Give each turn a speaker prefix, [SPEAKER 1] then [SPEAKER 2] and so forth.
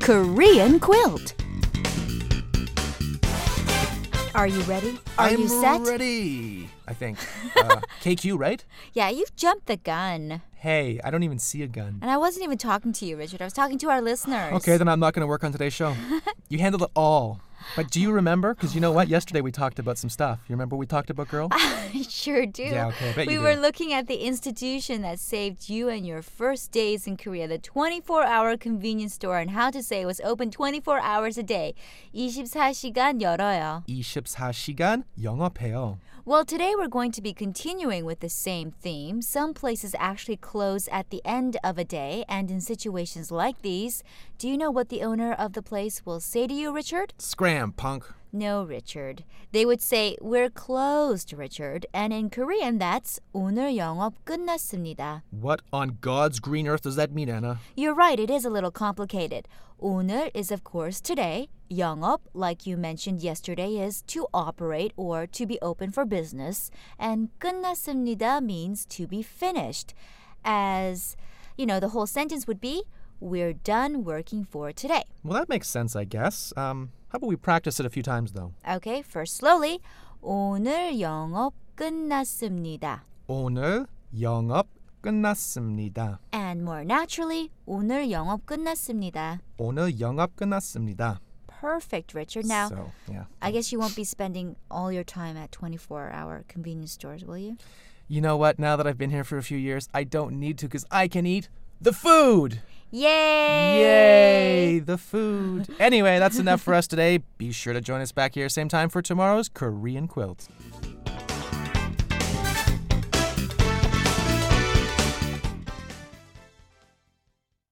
[SPEAKER 1] Korean quilt. Are you ready? Are
[SPEAKER 2] I'm
[SPEAKER 1] you set?
[SPEAKER 2] ready. I think. Uh, KQ, right?
[SPEAKER 1] Yeah, you've jumped the gun.
[SPEAKER 2] Hey, I don't even see a gun.
[SPEAKER 1] And I wasn't even talking to you, Richard. I was talking to our listeners.
[SPEAKER 2] Okay, then I'm not going to work on today's show. you handled it all. But do you remember? Because you know what? Yesterday we talked about some stuff. You remember we talked about, girl?
[SPEAKER 1] I sure do.
[SPEAKER 2] Yeah, okay, I bet
[SPEAKER 1] we
[SPEAKER 2] you
[SPEAKER 1] were
[SPEAKER 2] do.
[SPEAKER 1] looking at the institution that saved you and your first days in Korea, the 24-hour convenience store, and how to say it was open 24 hours a day. 24시간 열어요.
[SPEAKER 2] E 24시간 영업해요.
[SPEAKER 1] Well, today we're going to be continuing with the same theme. Some places actually close at the end of a day, and in situations like these, do you know what the owner of the place will say to you, Richard?
[SPEAKER 2] Scram, punk.
[SPEAKER 1] No, Richard. They would say, We're closed, Richard. And in Korean, that's 오늘 영업 끝났습니다.
[SPEAKER 2] What on God's green earth does that mean, Anna?
[SPEAKER 1] You're right, it is a little complicated. 오늘 is, of course, today. 영업, like you mentioned yesterday, is to operate or to be open for business. And 끝났습니다 means to be finished. As, you know, the whole sentence would be, We're done working for today.
[SPEAKER 2] Well, that makes sense, I guess. Um, how about we practice it a few times, though?
[SPEAKER 1] Okay, first slowly. 오늘 영업 끝났습니다.
[SPEAKER 2] 오늘 영업 끝났습니다.
[SPEAKER 1] And more naturally, 오늘 영업 끝났습니다.
[SPEAKER 2] 오늘 영업 끝났습니다.
[SPEAKER 1] Perfect, Richard. Now,
[SPEAKER 2] so, yeah.
[SPEAKER 1] I guess you won't be spending all your time at 24-hour convenience stores, will you?
[SPEAKER 2] You know what? Now that I've been here for a few years, I don't need to because I can eat the food.
[SPEAKER 1] Yay!
[SPEAKER 2] Yay, the food. Anyway, that's enough for us today. Be sure to join us back here same time for tomorrow's Korean Quilt.